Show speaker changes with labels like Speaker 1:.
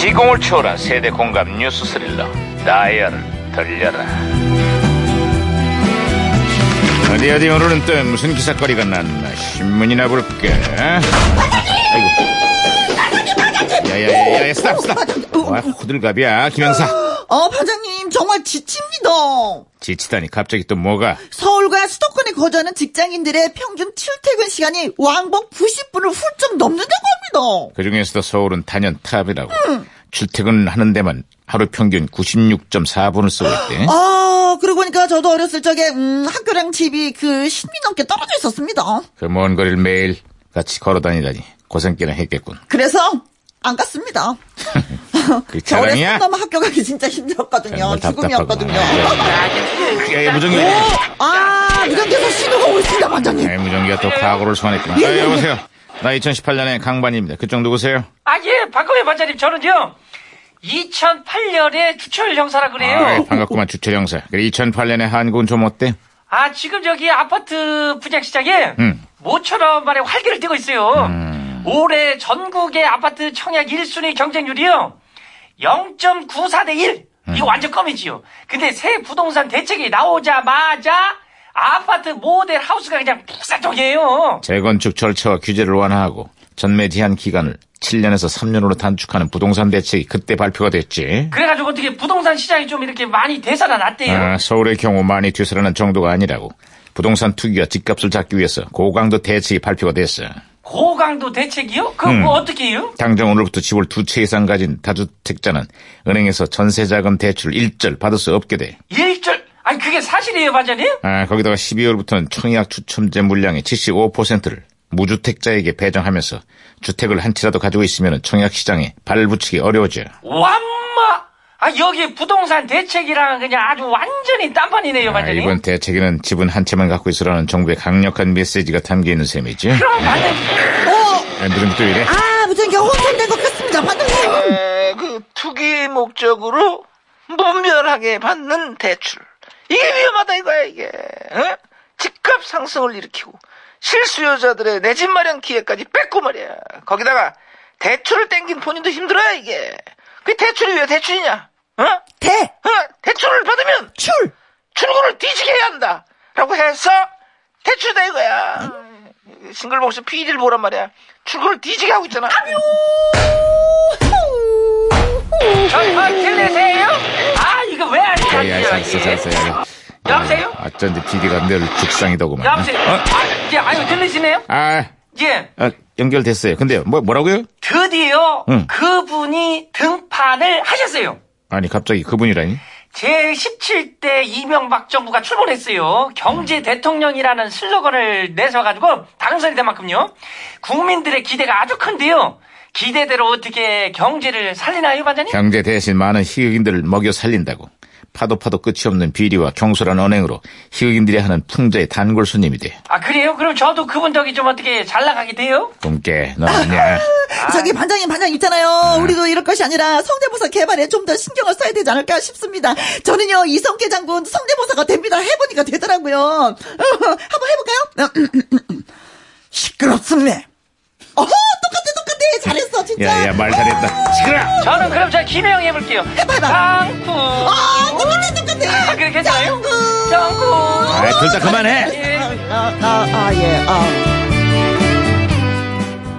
Speaker 1: 시공을 초월한 세대 공감 뉴스 스릴러 다이얼을 돌려라 어디 어디 오늘은 또 무슨 기사거리가 났나 신문이나 볼게 아이고 야야야야 스탑 스탑 와 호들갑이야 김영사
Speaker 2: 어, 반장님, 정말 지칩니다.
Speaker 1: 지치다니 갑자기 또 뭐가
Speaker 2: 서울과 수도권에 거주하는 직장인들의 평균 출퇴근 시간이 왕복 90분을 훌쩍 넘는다고 합니다.
Speaker 1: 그중에서도 서울은 단연 탑이라고 출퇴근하는 데만 하루 평균 96.4분을 쓰고 있대
Speaker 2: 아, 그러고 보니까 저도 어렸을 적에, 음, 학교랑 집이 그 10미 넘게 떨어져 있었습니다.
Speaker 1: 그 먼 거리를 매일 같이 걸어 다니다니 고생기나 했겠군
Speaker 2: 그래서, 안 갔습니다.
Speaker 1: 그
Speaker 2: 겨울에
Speaker 1: 자랑이야?
Speaker 2: 너무 학교 가기 진짜 힘들었거든요.
Speaker 1: 정말
Speaker 2: 죽음이었거든요. 예.
Speaker 1: 야, 야, 무전기. 야,
Speaker 2: 아, 무전기에서 신호가 오고 있습니다, 반장님.
Speaker 1: 예, 무전기가 또 과거를 소환했구나.
Speaker 2: 예,
Speaker 1: 아,
Speaker 2: 예,
Speaker 1: 여보세요. 나 2018년의 강반입니다. 그쪽 누구세요?
Speaker 3: 아, 예, 박근혜 반장님, 저는요, 2008년에 주철 형사라
Speaker 2: 예.
Speaker 1: 아,
Speaker 3: 그래요.
Speaker 1: 반갑구만, 주철 형사. 그래, 2008년에 한국은 좀 어때?
Speaker 3: 아, 지금 저기 아파트 분양시장에
Speaker 1: 음.
Speaker 3: 모처럼 말에 활기를 띠고 있어요. 올해 전국의 아파트 청약 1순위 경쟁률이요, 0.94 대 1.
Speaker 1: 음.
Speaker 3: 이거 완전 껌이지요. 근데 새 부동산 대책이 나오자마자 아파트 모델 하우스가 그냥 푹사통이에요.
Speaker 1: 재건축 절차와 규제를 완화하고 전매 제한 기간을 7년에서 3년으로 단축하는 부동산 대책이 그때 발표가 됐지.
Speaker 3: 그래가지고 어떻게 부동산 시장이 좀 이렇게 많이
Speaker 2: 예.
Speaker 3: 되살아났대요.
Speaker 1: 아, 서울의 경우 많이 뒤설하는 정도가 아니라고. 부동산 투기와 집값을 잡기 위해서 고강도 대책이 발표가 됐어.
Speaker 3: 고강도 대책이요?
Speaker 1: 음.
Speaker 3: 그거 뭐 어떻게 해요?
Speaker 1: 당장 오늘부터 집을 두 채 이상 가진 다주택자는 은행에서 전세자금 대출 일절 받을 수 없게 돼.
Speaker 3: 일절 아니 그게 사실이에요 반장님?
Speaker 1: 아, 거기다가 12월부터는 청약 추첨제 물량의 75%를 무주택자에게 배정하면서 주택을 한 채라도 가지고 있으면 청약 시장에 발붙이기 어려워져.
Speaker 3: 완마 아 여기 부동산 대책이랑 그냥 아주 완전히 딴판이네요
Speaker 1: 아,
Speaker 3: 반장님
Speaker 1: 이번 대책에는 집은 한 채만 갖고 있으라는 정부의 강력한 메시지가 담겨 있는 셈이지.
Speaker 3: 그럼 반장님
Speaker 2: 어,
Speaker 1: 아, 누룽 또 이래.
Speaker 2: 아, 무전기가 혼선된 것 같습니다, 반장님.
Speaker 4: 에, 그 투기 목적으로 무멸하게 받는 대출 이게 위험하다 이거야 이게 어? 집값 상승을 일으키고 실수요자들의 내 집 마련 기회까지 뺏고 말이야 거기다가 대출을 땡긴 본인도 힘들어요 이게 그 대출이 왜 대출이냐 어? 어?
Speaker 2: 대,
Speaker 4: 대출을 받으면
Speaker 2: 출.
Speaker 4: 출근을 뒤지게 해야 한다 라고 해서 대출이다 이거야 싱글봉수 피디를 보란 말이야 출근을 뒤지게 하고 있잖아
Speaker 3: 저거 들리세요? 아 이거 왜 안
Speaker 1: 야, 야,
Speaker 3: 들려요
Speaker 1: 잘했어,
Speaker 3: 이게?
Speaker 1: 잘했어. 야, 야.
Speaker 3: 여보세요?
Speaker 1: 아, 어쩐지 PD가 늘 죽상이더구만. 어?
Speaker 3: 여보세요? 아, 예, 아유 들리시네요?
Speaker 1: 아,
Speaker 3: 예
Speaker 1: 아, 연결됐어요. 근데 뭐 뭐라고요?
Speaker 3: 드디어
Speaker 1: 응.
Speaker 3: 그분이 등판을 하셨어요
Speaker 1: 아니 갑자기 그분이라니?
Speaker 3: 제17대 이명박 정부가 출범했어요. 경제 대통령이라는 슬로건을 내서가지고 당선이 된 만큼요. 국민들의 기대가 아주 큰데요. 기대대로 어떻게 경제를 살리나요, 반장님?
Speaker 1: 경제 대신 많은 희극인들을 먹여 살린다고. 파도 파도 끝이 없는 비리와 경솔한 언행으로 희극인들이 하는 풍자의 단골 손님이 돼.
Speaker 3: 아, 그래요? 그럼 저도 그분 덕에 좀 어떻게 잘 나가게 돼요?
Speaker 1: 꿈깨, 너 아니야. 네.
Speaker 2: 저기 반장님 반장님 있잖아요. 우리도 이럴 것이 아니라 성대모사 개발에 좀 더 신경을 써야 되지 않을까 싶습니다. 저는요 이성계 장군 성대모사가 됩니다. 해보니까 되더라고요. 한번 해볼까요? 시끄럽습니다. 어허 똑같아 똑같아 잘했어 진짜.
Speaker 1: 야, 야, 말 잘했다. 시끄러!
Speaker 3: 저는 그럼 저 김혜영 해볼게요.
Speaker 2: 해봐, 해봐.
Speaker 3: 땅콩.
Speaker 2: 아 똑같아 똑같아.
Speaker 3: 아, 그렇게 했잖아요?
Speaker 2: 짱구.
Speaker 3: 땅콩.
Speaker 1: 아, 둘 다 그만해!
Speaker 3: 예.
Speaker 2: 아, 아, 예. 아.